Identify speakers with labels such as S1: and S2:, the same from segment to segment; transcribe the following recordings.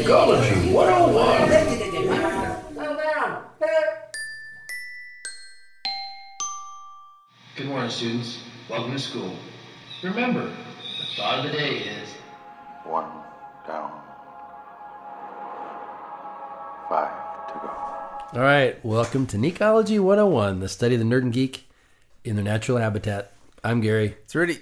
S1: Ecology 101.
S2: Good morning, students. Welcome to school. Remember, the thought of the day is
S3: One down. Five to go.
S4: All right, welcome to Necology 101, the study of the nerd and geek in their natural habitat. I'm Gary.
S5: It's really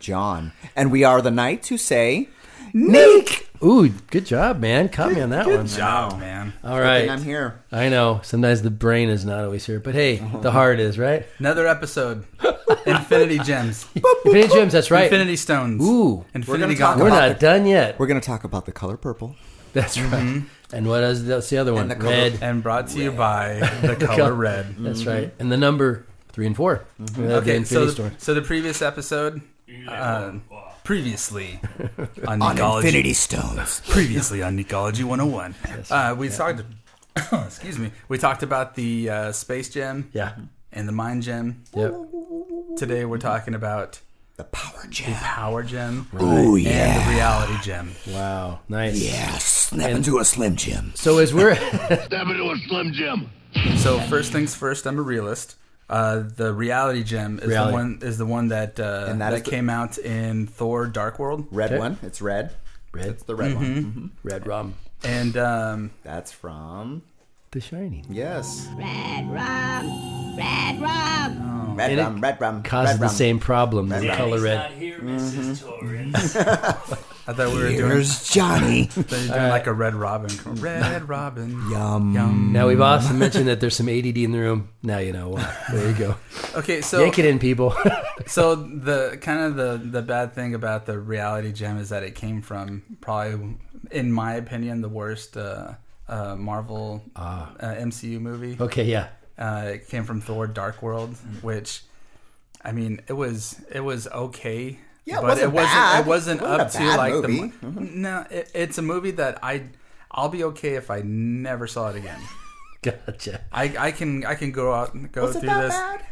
S5: John. And we are the knights who say,
S4: Nick! Ooh, good job, man. Caught me on that one.
S6: job, man.
S4: All
S5: and I'm
S4: right.
S5: here.
S4: I know, sometimes the brain is not always here, but hey, the heart is, right?
S6: Another episode. Infinity Gems.
S4: Infinity Gems, that's right.
S6: Infinity Stones.
S4: Ooh,
S6: Infinity
S5: talk
S4: we're
S6: Gauntlet.
S4: not done yet.
S5: We're going to talk about the color purple.
S4: That's right. And what is that's the other one?
S5: the color-
S4: Red.
S6: Mm-hmm. And brought to you by the
S4: color.
S6: color red. Mm-hmm.
S4: That's right. And the number three and 4 We have the
S6: Okay, so
S4: Infinity
S6: the,
S4: Store.
S6: so the previous episode, um, previously on,
S5: On
S6: Nicology,
S5: Infinity Stones.
S6: previously on Nicology 101, uh, we talked. excuse me. We talked about the uh, space gem
S4: Yeah.
S6: and the mind gem.
S4: Yep.
S6: Today we're talking about
S5: The power gem.
S6: power gem
S5: Oh,
S6: and the reality gem.
S4: Wow. Nice.
S5: Yeah, snap into a Slim Jim.
S4: So as we're
S1: Step into a Slim Jim.
S6: So first things first, I'm a realist. Uh, the reality gem is
S4: Reality.
S6: the one is the one that uh,
S5: And that
S6: that,
S5: is the-
S6: came out in Thor: Dark World,
S5: Red one. It's red.
S4: red,
S5: It's the red
S6: Mm-hmm.
S5: one. Mhm.
S4: red rum,
S6: and um,
S5: That's from,
S4: The Shining.
S5: yes.
S7: Red rum, red rum.
S5: Oh. Red
S4: And it
S5: rum, red rum.
S4: Causes
S5: red
S4: the
S5: rum.
S4: same problem. The
S5: rum.
S4: color red.
S5: Mm-hmm.
S6: I thought we were doing,
S5: Here's Johnny.
S6: thought you were doing like a Red Robin, commercial. Red Robin.
S5: Yum.
S6: Yum.
S4: Now we've also mentioned that there's some ADD in the room. Now you know why. There you go.
S6: Okay, so
S4: Yank it in, people.
S6: so the kind of the the bad thing about the reality gem is that it came from probably, in my opinion, the worst uh, uh, Marvel
S5: Ah.
S6: uh, MCU movie.
S4: okay, yeah.
S6: Uh, it came from Thor: Dark World,
S5: Mm-hmm.
S6: which, I mean, it was it was okay.
S5: Yeah, it wasn't bad.
S6: It wasn't
S5: It wasn't
S6: up
S5: a
S6: to
S5: bad
S6: like the.
S5: movie. Mm-hmm.
S6: No, it, it's a movie that I I'll be okay if I never saw it again.
S4: Gotcha.
S6: I, I can I can go out and go
S5: Was it
S6: through
S5: that
S6: this.
S5: bad?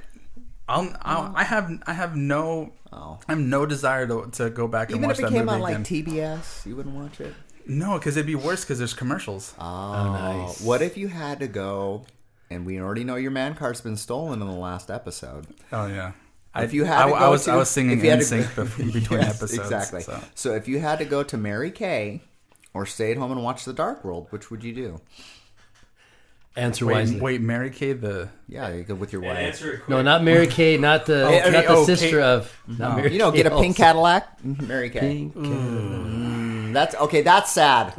S6: I'll, I'll, I have I have no
S5: Oh.
S6: I have no desire to, to go back and
S5: Even
S6: watch
S5: if it
S6: that
S5: came
S6: movie
S5: on like
S6: again.
S5: TBS, you wouldn't watch it.
S6: no, because it'd be worse because there's commercials.
S5: Oh,
S4: nice.
S5: What if you had to go, and we already know your man card's been stolen in the last episode.
S6: oh yeah.
S5: If you had
S6: I,
S5: to
S6: I
S5: go
S6: was
S5: to-
S6: I was
S5: if
S6: singing
S5: you had to-
S6: NSYNC bef- between
S5: Yes,
S6: episodes.
S5: Exactly. So.
S6: so.
S5: if you had to go to Mary Kay or stay at home and watch The Dark World, which would you do?
S4: Answer
S6: Wait,
S4: wisely.
S6: wait, Mary Kay the
S5: Yeah, you go with your wife.
S4: No, not Mary Kay. Not the
S6: Okay,
S4: not the
S6: okay.
S4: sister of. Not Mary
S5: Oh, You know,
S4: Kay Mm.
S5: get a pink
S4: also.
S5: Cadillac. Mm, Mary Kay.
S4: Pink cat.
S5: That's okay. That's sad.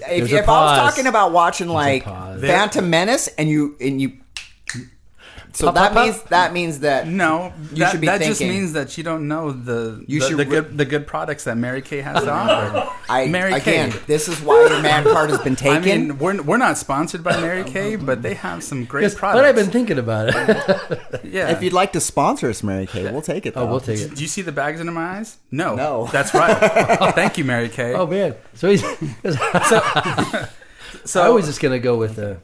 S5: if
S4: a
S5: if I was
S4: pause.
S5: talking about watching like
S4: pause.
S5: Phantom Menace and you and you, so
S4: Pop,
S5: that
S4: pop, pop.
S5: means that means that
S6: No,
S5: You
S6: that,
S5: should be
S6: that just
S5: thinking-
S6: means that you don't know the
S5: You
S6: the,
S5: should
S6: the
S5: re-
S6: good the good products that Mary Kay has to offer.
S5: I
S6: Mary
S5: again.
S6: Kay.
S5: This is why your man card has been taken.
S6: I mean, we're, we're not sponsored by Mary Kay, but they have some great
S4: Yes,
S6: products.
S4: But I've been thinking about it.
S6: yeah.
S5: if you'd like to sponsor us, Mary Kay, we'll take it.
S4: oh,
S5: though.
S4: we'll take it.
S6: do you see the bags under my eyes? No,
S5: No.
S6: That's right. Thank you, Mary Kay.
S4: Oh man. So he's.
S6: so
S4: I was just gonna go with uh,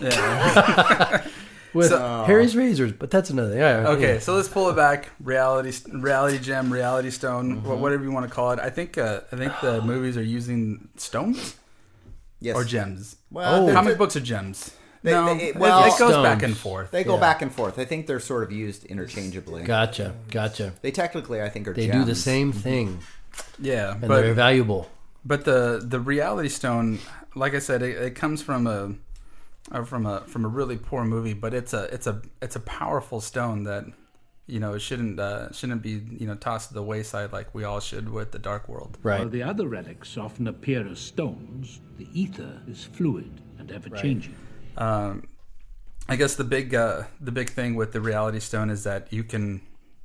S6: yeah.
S4: with
S6: So-
S4: Harry's razors, but that's another. thing. All right,
S6: okay. So let's pull it back. Reality, reality gem, reality stone,
S5: Mm-hmm.
S6: wh- whatever you want to call it. I think uh, I think the movies are using stones
S5: Yes.
S6: or gems.
S5: Well, they're-
S6: Comic books are gems.
S5: They-
S6: no,
S5: they-
S6: it,
S5: well-
S6: it goes back
S4: Stones.
S6: and forth.
S5: They go back and forth. I think they're sort of used interchangeably.
S4: Gotcha. Gotcha.
S5: They technically, I think, are
S4: They do the same thing,
S6: Yeah,
S4: and
S6: but
S4: they're valuable.
S6: but the the reality stone, like I said, it, it comes from a uh, from a from a really poor movie, but it's a it's a it's a powerful stone that you know it shouldn't uh, shouldn't be you know tossed to the wayside like we all should with the Dark World.
S4: Right.
S8: While the other relics often appear as stones, the ether is fluid and ever changing.
S6: I guess the big uh, the big thing with the reality stone is that you can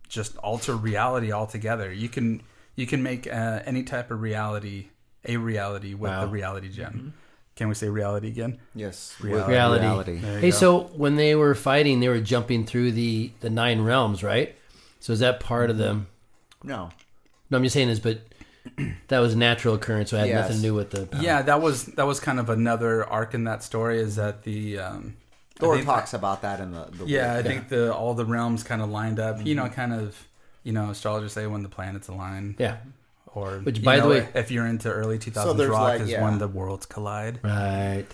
S6: just alter reality altogether. You can you can make uh, any type of reality a reality with the reality gem. Can we say reality again?
S5: Yes,
S4: reality. Hey, so when they were fighting, they were jumping through the the nine realms, right? So is that part of them?
S5: No,
S4: No, I'm just saying this, but that was a natural occurrence, so it had
S5: Yes.
S4: nothing to do with the.
S6: Yeah, that was that was kind of another arc in that story. Is that the um, I
S5: Thor
S6: think-
S5: talks about that in the. the
S6: Yeah, I think the all
S5: Mm-hmm.
S6: the realms kind of lined up. You know, kind of you know astrologers say when the planets align.
S4: yeah.
S6: Or
S4: Which,
S6: you
S4: by the
S6: know,
S4: way-
S6: if you're into early 2000s
S5: there's
S6: rock,
S5: like-
S6: is
S5: yeah.
S6: when the worlds collide.
S4: Right.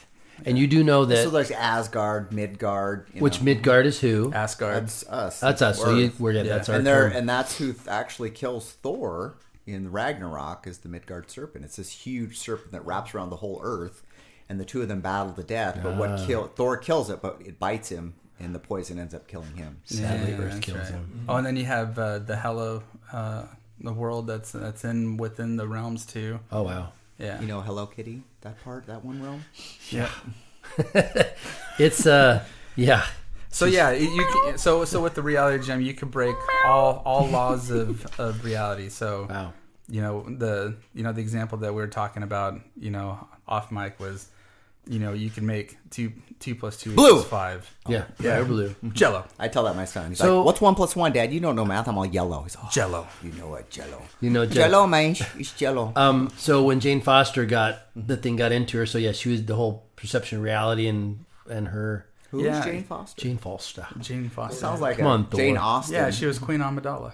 S4: And you do know that
S5: So there's Asgard, Midgard, you
S4: which
S5: know,
S4: Midgard is who?
S6: Asgard.
S5: that's us.
S4: That's us. So
S5: We're-
S4: you, we're yeah,
S6: Yeah.
S4: that's our
S5: and they're
S4: term.
S5: and that's who th- actually kills Thor in Ragnarok is the Midgard serpent. It's this huge serpent that wraps around the whole earth, and the two of them battle to death. But
S4: Ah.
S5: what kill Thor kills it, but it bites him, and the poison ends up killing him.
S4: Sadly,
S6: Yeah,
S4: Earth
S6: that's
S4: kills
S6: right.
S4: him.
S5: Mm-hmm.
S6: Oh, and then you have uh, the Hello, uh, the world that's that's in within the realms too.
S4: Oh wow.
S6: Yeah,
S5: You know, Hello Kitty, that part, that one realm.
S6: yeah.
S4: It's uh yeah.
S6: So yeah, you you can, so so with the reality gem, you could break all all laws of of reality. So
S4: Wow.
S6: you know the you know the example that we were talking about you know off mic was you know you can make two two plus two
S5: Blue.
S6: equals five
S4: Yeah. Fire blue.
S6: jello
S5: I tell that to my son. He's
S4: So-
S5: like, "What's one plus one, Dad? You don't know math. I'm all yellow." He's all,
S6: jello
S5: "You know what, Jello?
S4: You know, Jell-
S5: Jello, man. It's Jello."
S4: Um so when Jane Foster got the thing got into her, so yeah, she was the whole perception of reality and and her
S5: Who's
S6: yeah.
S5: Jane Foster?
S4: Jane Foster.
S6: Jane Foster
S5: Sounds like
S4: Come
S5: a
S4: on, Thor.
S5: Jane Austen.
S6: yeah she was Queen Amidala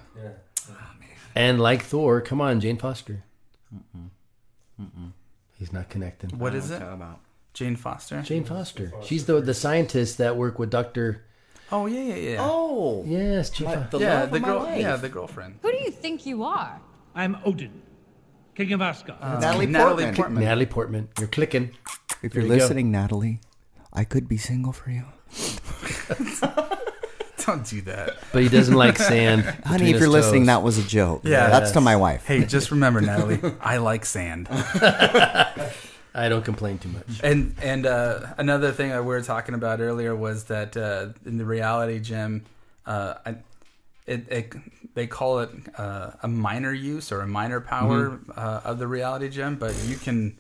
S4: And like Thor, come on, Jane Foster. He's not connecting.
S6: what is it
S5: Talking about.
S6: Jane Foster
S4: Jane Foster. She's the the scientist that work with Doctor.
S6: oh yeah yeah yeah
S5: Oh,
S4: Yes, Jane Foster.
S5: the
S6: yeah
S5: love
S6: the
S5: of my
S6: girl
S5: life.
S6: yeah the girlfriend
S9: Who do you think you are?
S8: I'm Odin, king of Asgard.
S5: Natalie
S6: Natalie
S5: Portman.
S6: Portman.
S4: Natalie Portman. You're clicking.
S5: If you're
S4: you go.
S5: listening, Natalie, I could be single for you.
S6: don't do that
S4: But he doesn't like sand.
S5: Honey, if you're listening, that was a joke.
S6: Yeah.
S5: That's to my wife.
S6: hey just remember Natalie I like sand
S4: I don't complain too much.
S6: And and uh, another thing that we were talking about earlier was that uh, in the reality gym, uh, I, it, it they call it uh, a minor use or a minor power
S4: Mm-hmm.
S6: uh, of the reality gym, but you can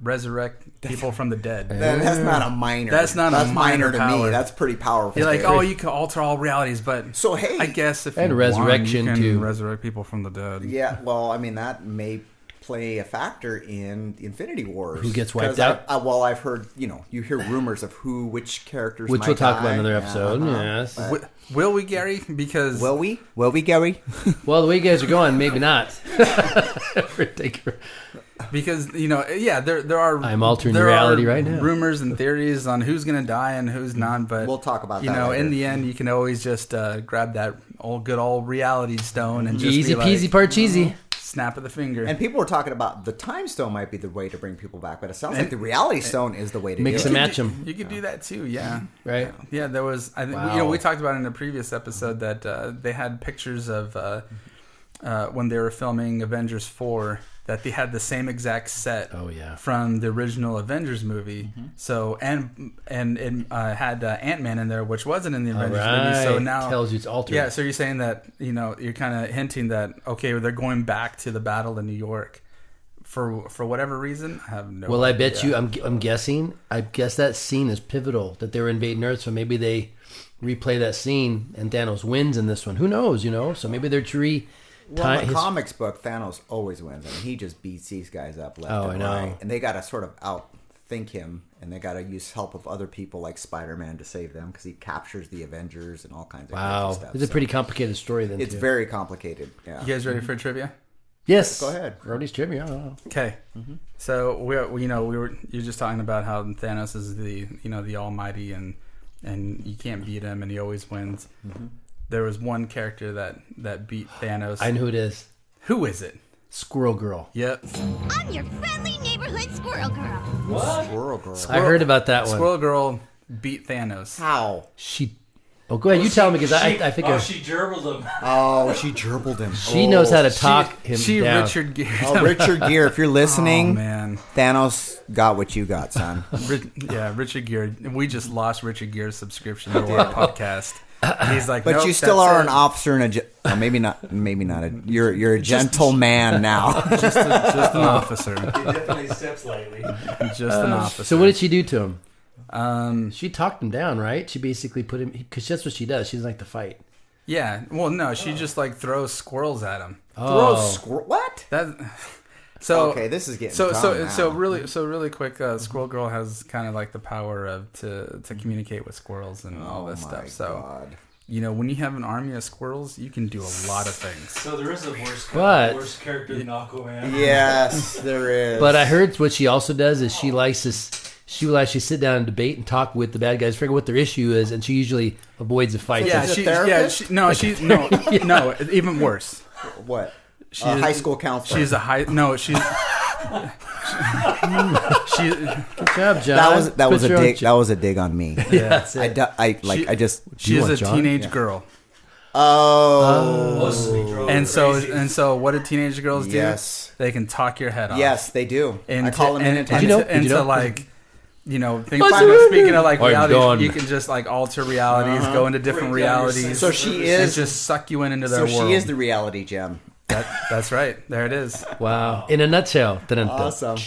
S6: resurrect people from the dead.
S5: That- that's not a minor.
S6: That's not a
S5: That's
S6: minor
S5: to
S6: power.
S5: me. That's pretty powerful.
S6: You're like, oh, you can alter all realities, but
S5: So, hey.
S6: I guess if
S4: And
S6: you
S4: resurrection,
S6: want, you can
S4: too.
S6: resurrect people from the dead.
S5: yeah. Well, I mean, that may play a factor in Infinity Wars.
S4: Who gets wiped
S5: 'Cause I-
S4: out?
S5: I, well, I've heard you know you hear rumors of who which characters,
S4: Which
S5: might
S4: we'll talk
S5: die.
S4: about another
S5: Yeah,
S4: episode.
S5: uh-huh.
S4: Yes.
S6: Wi- Will we, Gary? Because
S5: Will we? Will we, Gary?
S4: Well, the way you guys are going, maybe not. Ridiculous.
S6: because you know yeah there there are
S4: I'm altering
S6: there
S4: reality
S6: are
S4: right now.
S6: rumors and theories on who's gonna die and who's not but
S5: We'll talk about
S6: you
S5: that
S6: know
S5: later.
S6: in the end you can always just uh, grab that old good old reality stone and just
S4: Easy
S6: be like,
S4: peasy part
S5: Uh-huh.
S4: cheesy.
S6: snap of the finger
S5: and people were talking about the time stone might be the way to bring people back, but it sounds like the reality stone is the way to
S4: Mix
S5: do it.
S4: and match them,
S6: you could do that too yeah
S4: right?
S6: yeah there was I think
S4: Wow.
S6: you know we talked about in a previous episode that uh, they had pictures of uh, uh, when they were filming Avengers four that they had the same exact set
S4: Oh, yeah. Mm-hmm.
S6: from the original Avengers movie. So and and it uh, had uh, Ant Man in there, which wasn't in the Avengers movie. So
S4: right.
S6: now
S4: Tells you it's altered.
S6: Yeah, so you're saying that you know you're kind of hinting that okay, they're going back to the battle in New York for for whatever reason. I have no.
S4: Well, I bet you. I'm, I'm guessing. I guess that scene is pivotal that they were invading Earth, so maybe they replay that scene and Thanos wins in this one. Who knows? You know. So maybe they're tree.
S5: Well, in the
S4: his-
S5: comics book, Thanos always wins. I mean, he just beats these guys up left
S4: Oh,
S5: and
S4: I know.
S5: right, and they got to sort of outthink him, and they got to use help of other people like Spider-Man to save them because he captures the Avengers and all kinds of
S4: wow,
S5: crazy stuff.
S4: it's a
S5: So
S4: pretty complicated story. Then
S5: it's
S4: too.
S5: very complicated. Yeah.
S6: You guys
S4: uh,
S6: ready for trivia?
S4: yes.
S5: Go ahead.
S4: Rhodey's trivia. I don't know.
S6: Okay. So we, we- you know, we were you're just talking about how Thanos is the you know the Almighty and and you can't beat him and he always wins. There was one character that that beat Thanos.
S4: I know who it is.
S6: Who is it?
S4: Squirrel Girl.
S6: Yep.
S7: I'm your friendly neighborhood squirrel girl.
S5: Squirrel Girl.
S4: I heard about that one.
S6: Squirrel Girl beat Thanos.
S5: How?
S4: She. Oh, go ahead. You tell me because I,
S10: She-
S4: I think
S10: oh,
S4: I- she,
S10: she gerbled him.
S5: Oh, she gerbled him. Oh.
S4: knows how to talk him
S6: she
S4: down.
S6: Richard Gere.
S5: Oh, Richard Gere, if you're
S6: Oh,
S5: listening,
S6: man.
S5: Thanos got what you got, son.
S6: Ri- yeah, Richard Gere. We just lost Richard Gere's subscription to our podcast. He's like,
S5: But
S6: "Nope,
S5: you still
S6: that's
S5: are
S6: it.
S5: an officer and a ge- oh, maybe not maybe not a you're you're a gentleman now.
S6: just, a- just an officer.
S10: He definitely steps lightly.
S6: Just an officer.
S4: So what did she do to him?
S6: Um,
S4: She talked him down, right? She basically put him because that's what she does. She doesn't like to fight.
S6: yeah. Well, no, she
S5: Oh.
S6: just like throws squirrels at him.
S5: Throw
S4: Oh.
S5: squirrel. What?
S6: That. So
S5: Oh. Okay, this is getting
S6: so
S5: dumb
S6: so
S5: now. Mm-hmm.
S6: so really so really quick. Uh, Squirrel Girl has kind of like the power of to to communicate with squirrels and all this
S5: Mm-hmm. Oh My
S6: stuff. So
S5: God.
S6: you know, when you have an army of squirrels, you can do a lot of things.
S10: So there is a worse,
S4: But-
S10: worse character than Aquaman.
S5: Yes, there is.
S4: But I heard what she also does is she likes to, s- she will actually sit down and debate and talk with the bad guys, figure out what their issue is, and she usually avoids the fight.
S6: Yeah,
S5: She's a
S6: she, yeah,
S5: therapist?
S6: she, no, she's no, no, even worse.
S5: what
S6: She's
S5: a high school counselor.
S6: She's a high. No, she's. she,
S4: Good job, John.
S5: that was that was
S4: Put
S5: a
S4: your own
S5: dig.
S4: ch-
S5: That was a dig on me. Yeah, I, du- I like.
S6: She-
S5: I just.
S6: she is
S4: want
S6: a
S4: John?
S6: teenage girl,
S5: Oh,
S10: Supposed to be drove
S6: and so
S10: crazy.
S6: and so. What do teenage girls do?
S5: Yes.
S6: they can talk your
S4: Oh.
S6: head off.
S5: yes, they do.
S6: and
S5: I call them in
S6: and,
S5: and
S6: and,
S5: text.
S4: you know-
S6: to- and
S4: did you
S6: to
S4: know-
S6: like you know things
S4: What's
S6: like
S4: wrong?
S6: speaking of like
S4: I'm gone.
S6: realities you can just like alter realities
S5: Uh-huh.
S6: go into different
S10: Break down your
S6: realities
S10: sense
S5: So
S10: of
S5: she
S10: urgency.
S6: and
S5: is.
S6: just suck you in into
S5: So
S6: their world
S5: she is the reality gem.
S6: That- that's right there it is
S4: wow. In a nutshell. Dun-dun-dun.
S5: Awesome.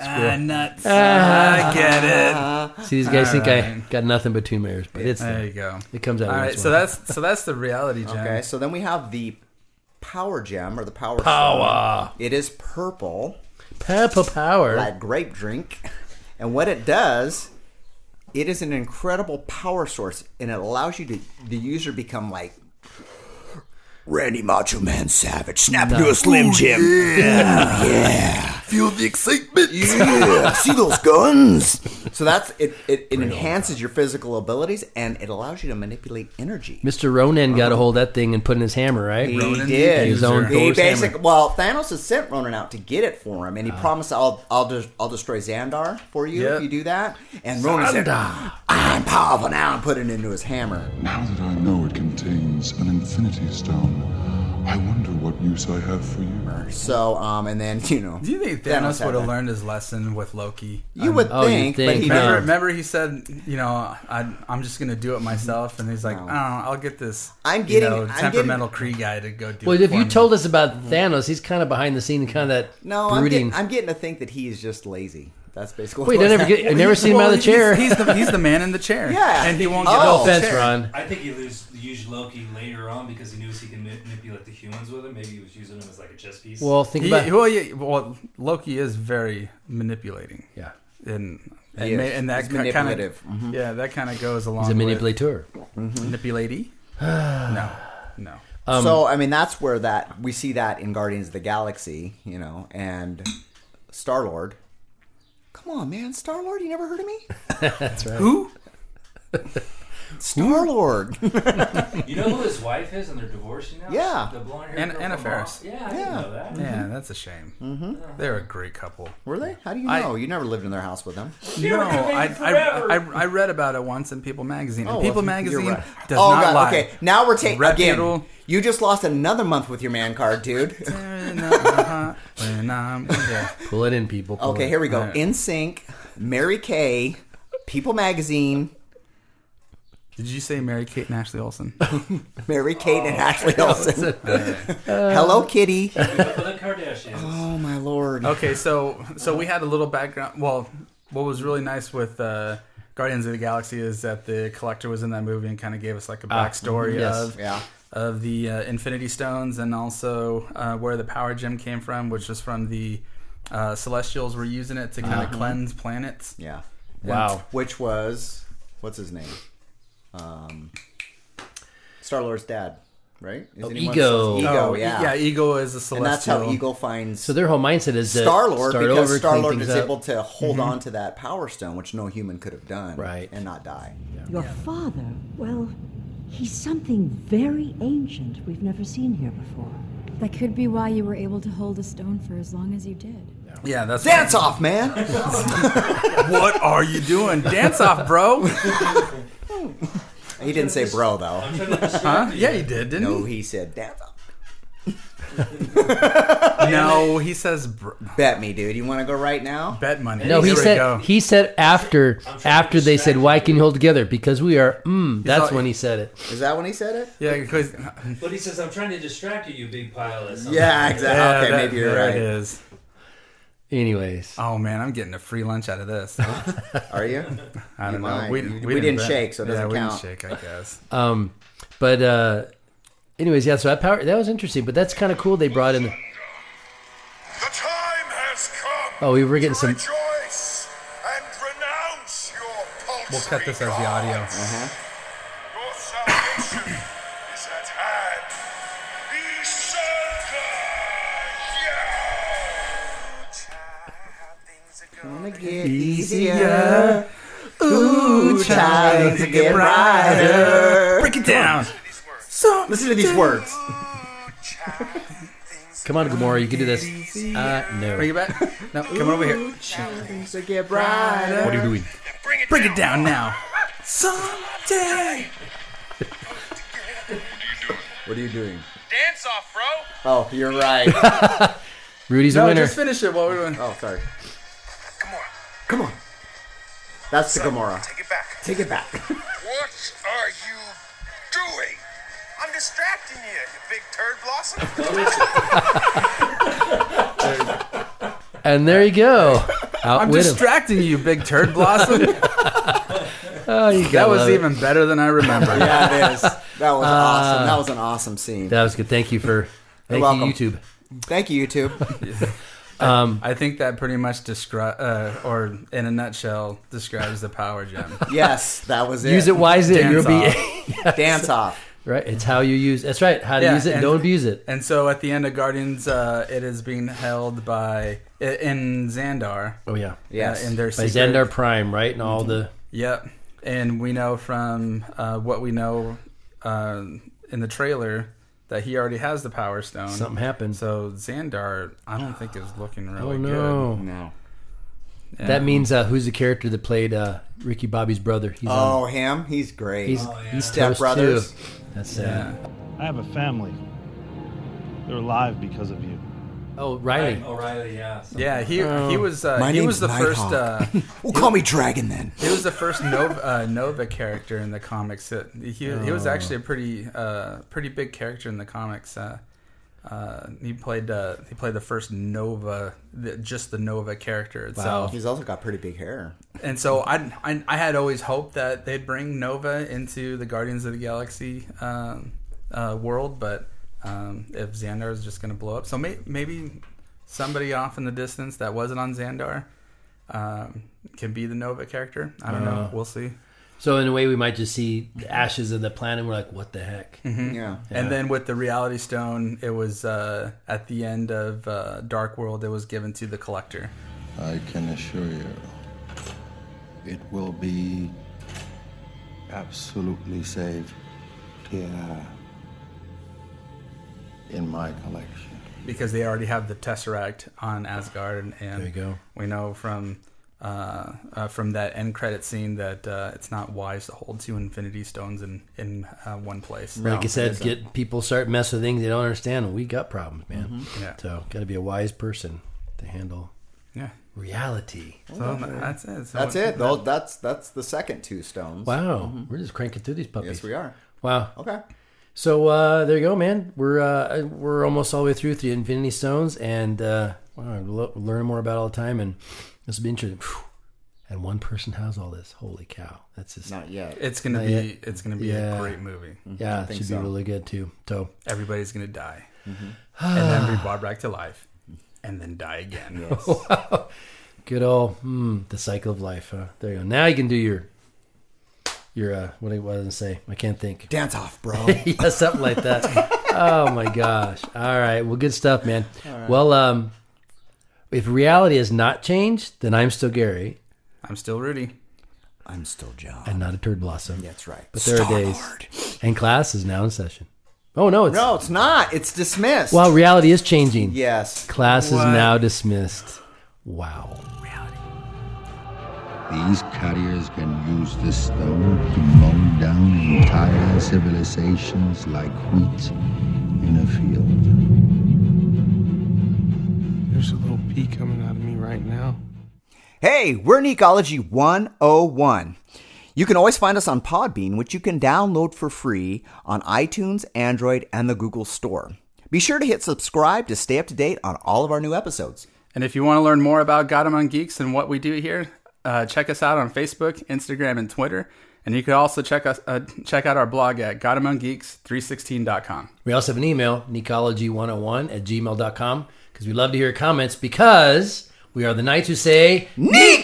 S5: Ah,
S6: nuts. I get it
S4: See, these guys think I
S6: Alright.
S4: got nothing but two mirrors, but it's
S6: there you go
S4: it comes out.
S6: all right so that's so that's the reality gem
S5: Okay, so then we have the power gem or the power.
S4: power,
S5: stone. It is purple.
S4: Peppa Power.
S5: that grape drink. And what it does, it is an incredible power source, and it allows you to the user become like Randy Macho Man Savage. Snap into a Slim Jim. Yeah, yeah. Feel the excitement. Yeah. See those guns. So that's it. It, it enhances your physical abilities, and it allows you to manipulate energy.
S4: Mr. Ronan got a hold of that thing and put in his hammer, right?
S5: He
S6: Ronan
S5: did.
S4: His own
S5: he
S4: Thor's hammer. Ah.
S5: basic. Well, Thanos has sent Ronan out to get it for him, and he promised, "I'll I'll des- I'll destroy Xandar for you
S6: Yep.
S5: if you do that." And Ronan said, "I'm powerful now," and put it into his hammer.
S9: Now that I know it contains an infinity stone, I wonder what use I have for you.
S5: So, um, and then you know,
S6: do you think
S5: Thanos
S6: Thanos
S5: had
S6: would have
S5: that.
S6: learned his lesson with Loki? Um,
S5: You would
S4: Oh, you
S5: think, but
S4: think,
S5: he
S4: no.
S6: Remember,
S5: never.
S6: remember he said, you know, I, I'm just going to do it myself. And he's like, oh, I'll get this
S5: Mm-hmm. I'm
S6: you
S5: getting-
S6: know,
S5: I'm getting-
S6: temperamental Cree guy to go do
S4: Well,
S6: it.
S4: if
S6: for
S4: you
S6: me."
S4: told us about Thanos, he's kind of behind the scene and kind of that
S5: No, I'm
S4: brooding.
S5: getting, I'm getting to think that he is just lazy. That's basically.
S4: Wait,
S5: what
S4: I never
S5: happened.
S4: get, I never seen him out of the
S6: Well,
S4: chair.
S6: He's, he's the, he's the man in the chair.
S5: Yeah.
S6: And he won't
S5: Oh.
S6: get
S4: no
S5: Oh,
S6: off the
S4: offense,
S6: chair.
S4: Ron.
S10: I think he used, used Loki later on because he knew he could ma- manipulate the humans with him. Maybe he was using him as like a chess piece.
S4: Well, think
S6: He,
S4: about
S6: well, yeah, well, Loki is very manipulating.
S4: yeah,
S6: And,
S5: He
S6: and, ma-
S5: is.
S6: and
S5: He's
S6: that kind
S5: manipulative. Mm-hmm.
S6: of yeah, that kind of goes along.
S4: he's a
S6: with
S4: manipulator.
S6: manipulatee. no, no.
S4: Uh, um,
S5: so I mean that's where that we see that in Guardians of the Galaxy, you know, and Star Lord. Come on, man, Star Lord, you never heard of me?
S6: Who?
S4: mm-hmm.
S5: Star Lord.
S10: you know who his wife is, and they're divorced now.
S5: Yeah.
S10: the blonde hair.
S6: Anna-
S10: girl
S6: Anna
S10: from
S6: Faris.
S10: Raw? Yeah, I didn't
S5: Yeah.
S10: know that.
S6: Yeah, that's a shame.
S5: Mm-hmm.
S6: They're a great couple.
S5: Were they? How do you
S6: I-
S5: know? you never lived in their house with them.
S6: No,
S10: were together
S6: I, I,
S10: forever.
S6: I, I read about it once in People Magazine. And
S5: Oh, well,
S6: People
S5: you're
S6: Magazine
S5: right. Oh,
S6: does not lie.
S5: Okay, now we're taking again.
S6: Reputable.
S5: You just lost another month with your man card, dude.
S6: Uh-huh, when I'm- yeah.
S4: Pull it in, people. Pull
S5: Okay,
S4: it.
S5: here we go.
S6: Alright.
S5: In Sync, Mary Kay, People Magazine,
S6: Did you say Mary Kate and Ashley Olsen?
S5: Mary Kate
S6: Oh.
S5: and Ashley Olsen, Hello Kitty.
S10: But the Kardashians.
S5: Oh my lord.
S6: Okay, so so we had a little background. Well, what was really nice with uh, Guardians of the Galaxy is that the collector was in that movie and kind of gave us like a backstory
S4: yes.
S6: of
S5: Ah, Yeah.
S6: of the uh, Infinity Stones and also uh, where the power gem came from, which was from the uh, Celestials were using it to kind
S5: Uh-huh.
S6: of cleanse planets.
S5: Yeah.
S4: Wow.
S5: Which was what's his name? Um, Star Lord's dad, right? Is anyone-
S4: Ego.
S5: Ego. yeah.
S6: Oh, yeah. Ego is a
S5: and
S6: celestial.
S5: that's how Ego finds
S4: So their whole mindset is
S5: Star Lord
S4: start
S5: because
S4: over,
S5: Star
S4: clean
S5: Lord
S4: things
S5: is
S4: up.
S5: able to hold on to that power stone, which no human could have done,
S4: Right.
S5: and not die.
S11: Your father, well, he's something very ancient we've never seen here before.
S7: That could be why you were able to hold a stone for as long as you did.
S6: Yeah, that's
S5: Dance off, man!
S6: What are you doing? Dance off, bro.
S5: he didn't say bro though.
S6: Huh? Yeah, you did, didn't
S5: No,
S6: he?
S5: he said dance off.
S6: No, he says br-
S5: Bet me, dude. You want to go right now?
S6: bet money.
S4: No, he
S6: Here we
S4: said
S6: go.
S4: he said after after they said why can you hold together because we are mm, that's
S6: all-
S4: when he said it.
S5: Is that when he said it?
S6: Yeah, because
S10: But he says, "I'm trying to distract you, you big pile of something."
S5: Yeah, exactly.
S6: yeah,
S5: Ah, okay,
S6: that-
S5: maybe you're
S6: there
S5: right.
S6: It is.
S4: Anyways,
S6: Oh man, I'm getting a free lunch out of this.
S5: Are you?
S6: I don't
S5: You
S6: know.
S5: lied. You- we didn't shake, so it
S6: yeah,
S5: doesn't
S6: we
S5: count.
S6: didn't shake. I guess.
S4: um, but uh, anyways, yeah. So that power that was interesting, but that's kind of cool. They brought in.
S9: The time has come
S4: Oh, we were getting some.
S9: rejoice and renounce your
S6: We'll cut this as the audio. Uh-huh.
S5: Uh-huh.
S9: Your salvation
S12: is at hand.
S5: Gonna get easier. Ooh, trying to get brighter.
S6: Break it down.
S5: So listen to these words.
S4: Come on, Gamora, you can do this. Uh, no.
S6: Bring it back. No, come over here.
S5: So get brighter.
S4: What are you doing?
S6: Bring it, down now.
S5: Someday. what are you doing?
S12: Dance off, bro.
S5: Oh, you're right.
S4: Rudy's a
S6: no,
S4: winner.
S6: just finish it while we're doing.
S5: Oh, sorry. Come on. That's the Gamora. Take it back. Take it back.
S12: What are you doing? I'm distracting you, you big turd blossom.
S4: And there you go. Out
S6: I'm
S4: with him.
S6: distracting you, big turd blossom.
S4: Oh, you
S6: that
S4: gotta
S6: was
S4: love it.
S6: even better than I remember.
S5: yeah, it is. That was
S4: Uh,
S5: awesome. That was an awesome scene.
S4: That was good. Thank you for. Thank
S5: welcome.
S4: you, YouTube.
S5: Thank you, YouTube.
S4: Um,
S6: I think that pretty much describes, uh, or in a nutshell, describes the power gem.
S5: yes, that was it.
S4: use it wisely.
S6: Dance
S4: You'll be
S6: off.
S4: Yes.
S5: Dance off.
S4: Right. It's how you use. That's right. How to
S6: Yeah,
S4: use it.
S6: and-
S4: And don't abuse it.
S6: And so at the end of Guardians, uh, it is being held by i- in Xandar.
S4: Oh yeah.
S5: Yes.
S6: uh, in their
S4: By
S6: secret-
S4: Zendar Prime, right? And
S5: Mm-hmm.
S4: all the.
S6: Yep. And we know from uh, what we know uh, in the trailer that he already has the Power Stone.
S4: Something happened.
S6: So Xandar, I don't think is looking really
S4: oh no.
S5: No.
S6: good. Yeah.
S4: That means uh, who's the character that played uh, Ricky Bobby's brother? He's on-
S5: Oh, him? He's great.
S4: Um, He's he's
S5: Step
S4: toast
S5: Brothers.
S4: too. That's uh, sad.
S6: Yeah.
S13: I have a family. They're alive because of you.
S4: Oh Riley.
S10: O'Reilly, yeah. so-
S6: Yeah, he
S4: Oh.
S6: he was uh,
S5: My
S6: he
S5: name's
S6: was the
S5: Nighthawk.
S6: first uh,
S5: well, call me Dragon then.
S6: he was the first Nova, uh, Nova character in the comics. That he he was actually a pretty uh, pretty big character in the comics. Uh, uh, he played uh, he played the first Nova, the, just the Nova character
S4: Oh.
S5: Wow.
S6: itself.
S5: He's also got pretty big hair.
S6: And so I, I I had always hoped that they'd bring Nova into the Guardians of the Galaxy um, uh, world, but um, if Xandar is just going to blow up, so may, maybe somebody off in the distance that wasn't on Xandar um, can be the Nova character. I don't know. We'll see.
S4: So in a way, we might just see the ashes of the planet. and We're like, what the heck?
S5: Yeah.
S6: And then with the Reality Stone, it was uh, at the end of uh, Dark World. It was given to the Collector.
S9: I can assure you, it will be absolutely safe here in my collection.
S6: because they already have the Tesseract on Asgard, and, and
S4: There you go.
S6: we know from uh, uh, from that end credit scene that uh, it's not wise to hold two Infinity Stones in in uh, one place.
S4: Like I said, get people start messing with things they don't understand, and we got problems, man.
S5: Mm-hmm.
S6: Yeah.
S4: So got to be a wise person to handle
S6: Yeah,
S4: reality.
S6: so that's it. So
S5: That's it. Tho- That's that's the second two stones.
S4: Wow, we're just cranking through these puppies.
S5: Mm-hmm. Yes, we are.
S4: Wow.
S5: Okay.
S4: So uh, there you go, man. We're uh, we're almost all the way through the Infinity Stones, and uh, wow, I lo- learn more about it all the time, and this will be interesting. Phew. And one person has all this. Holy cow! That's just
S5: Not yet.
S6: It's gonna
S4: Not
S6: be
S4: yet.
S6: it's gonna be
S4: Yeah. Mm-hmm.
S6: a great movie.
S4: yeah, it
S5: think
S4: should
S5: so.
S4: be really good too. So
S6: Everybody's gonna die,
S4: Mm-hmm.
S6: and then be brought back to life, and then die again.
S4: good old hmm, the cycle of life. Huh? There you go. Now you can do your your uh, what I was gonna say. I can't think.
S5: Dance off, bro.
S4: yeah, something like that. oh my gosh. All right. Well, good stuff, man. Well, um, if reality has not changed, then I'm still Gary
S6: I'm still Rudy.
S5: I'm still John.
S4: and not a turd blossom.
S5: That's right.
S4: But there are days. And class is now in session. Oh no, it's
S5: No, it's not. It's dismissed.
S4: well, reality is changing.
S5: yes.
S4: Class is
S6: What?
S4: now dismissed. Wow.
S9: These carriers can use this stone to mow down entire civilizations like wheat in a field.
S14: There's a little pea coming out of me right now.
S5: Hey, we're in Ecology 101. You can always find us on Podbean, which you can download for free on iTunes, Android, and the Google Store. Be sure to hit subscribe to stay up to date on all of our new episodes.
S6: And if you want to learn more about Got 'em on Geeks and what we do here, uh, check us out on Facebook, Instagram, and Twitter. And you can also check us uh, check out our blog at gotemongeeks316.com.
S4: We also have an email, necology101 at gmail.com, because we love to hear your comments because we are the knights who say
S5: Necology!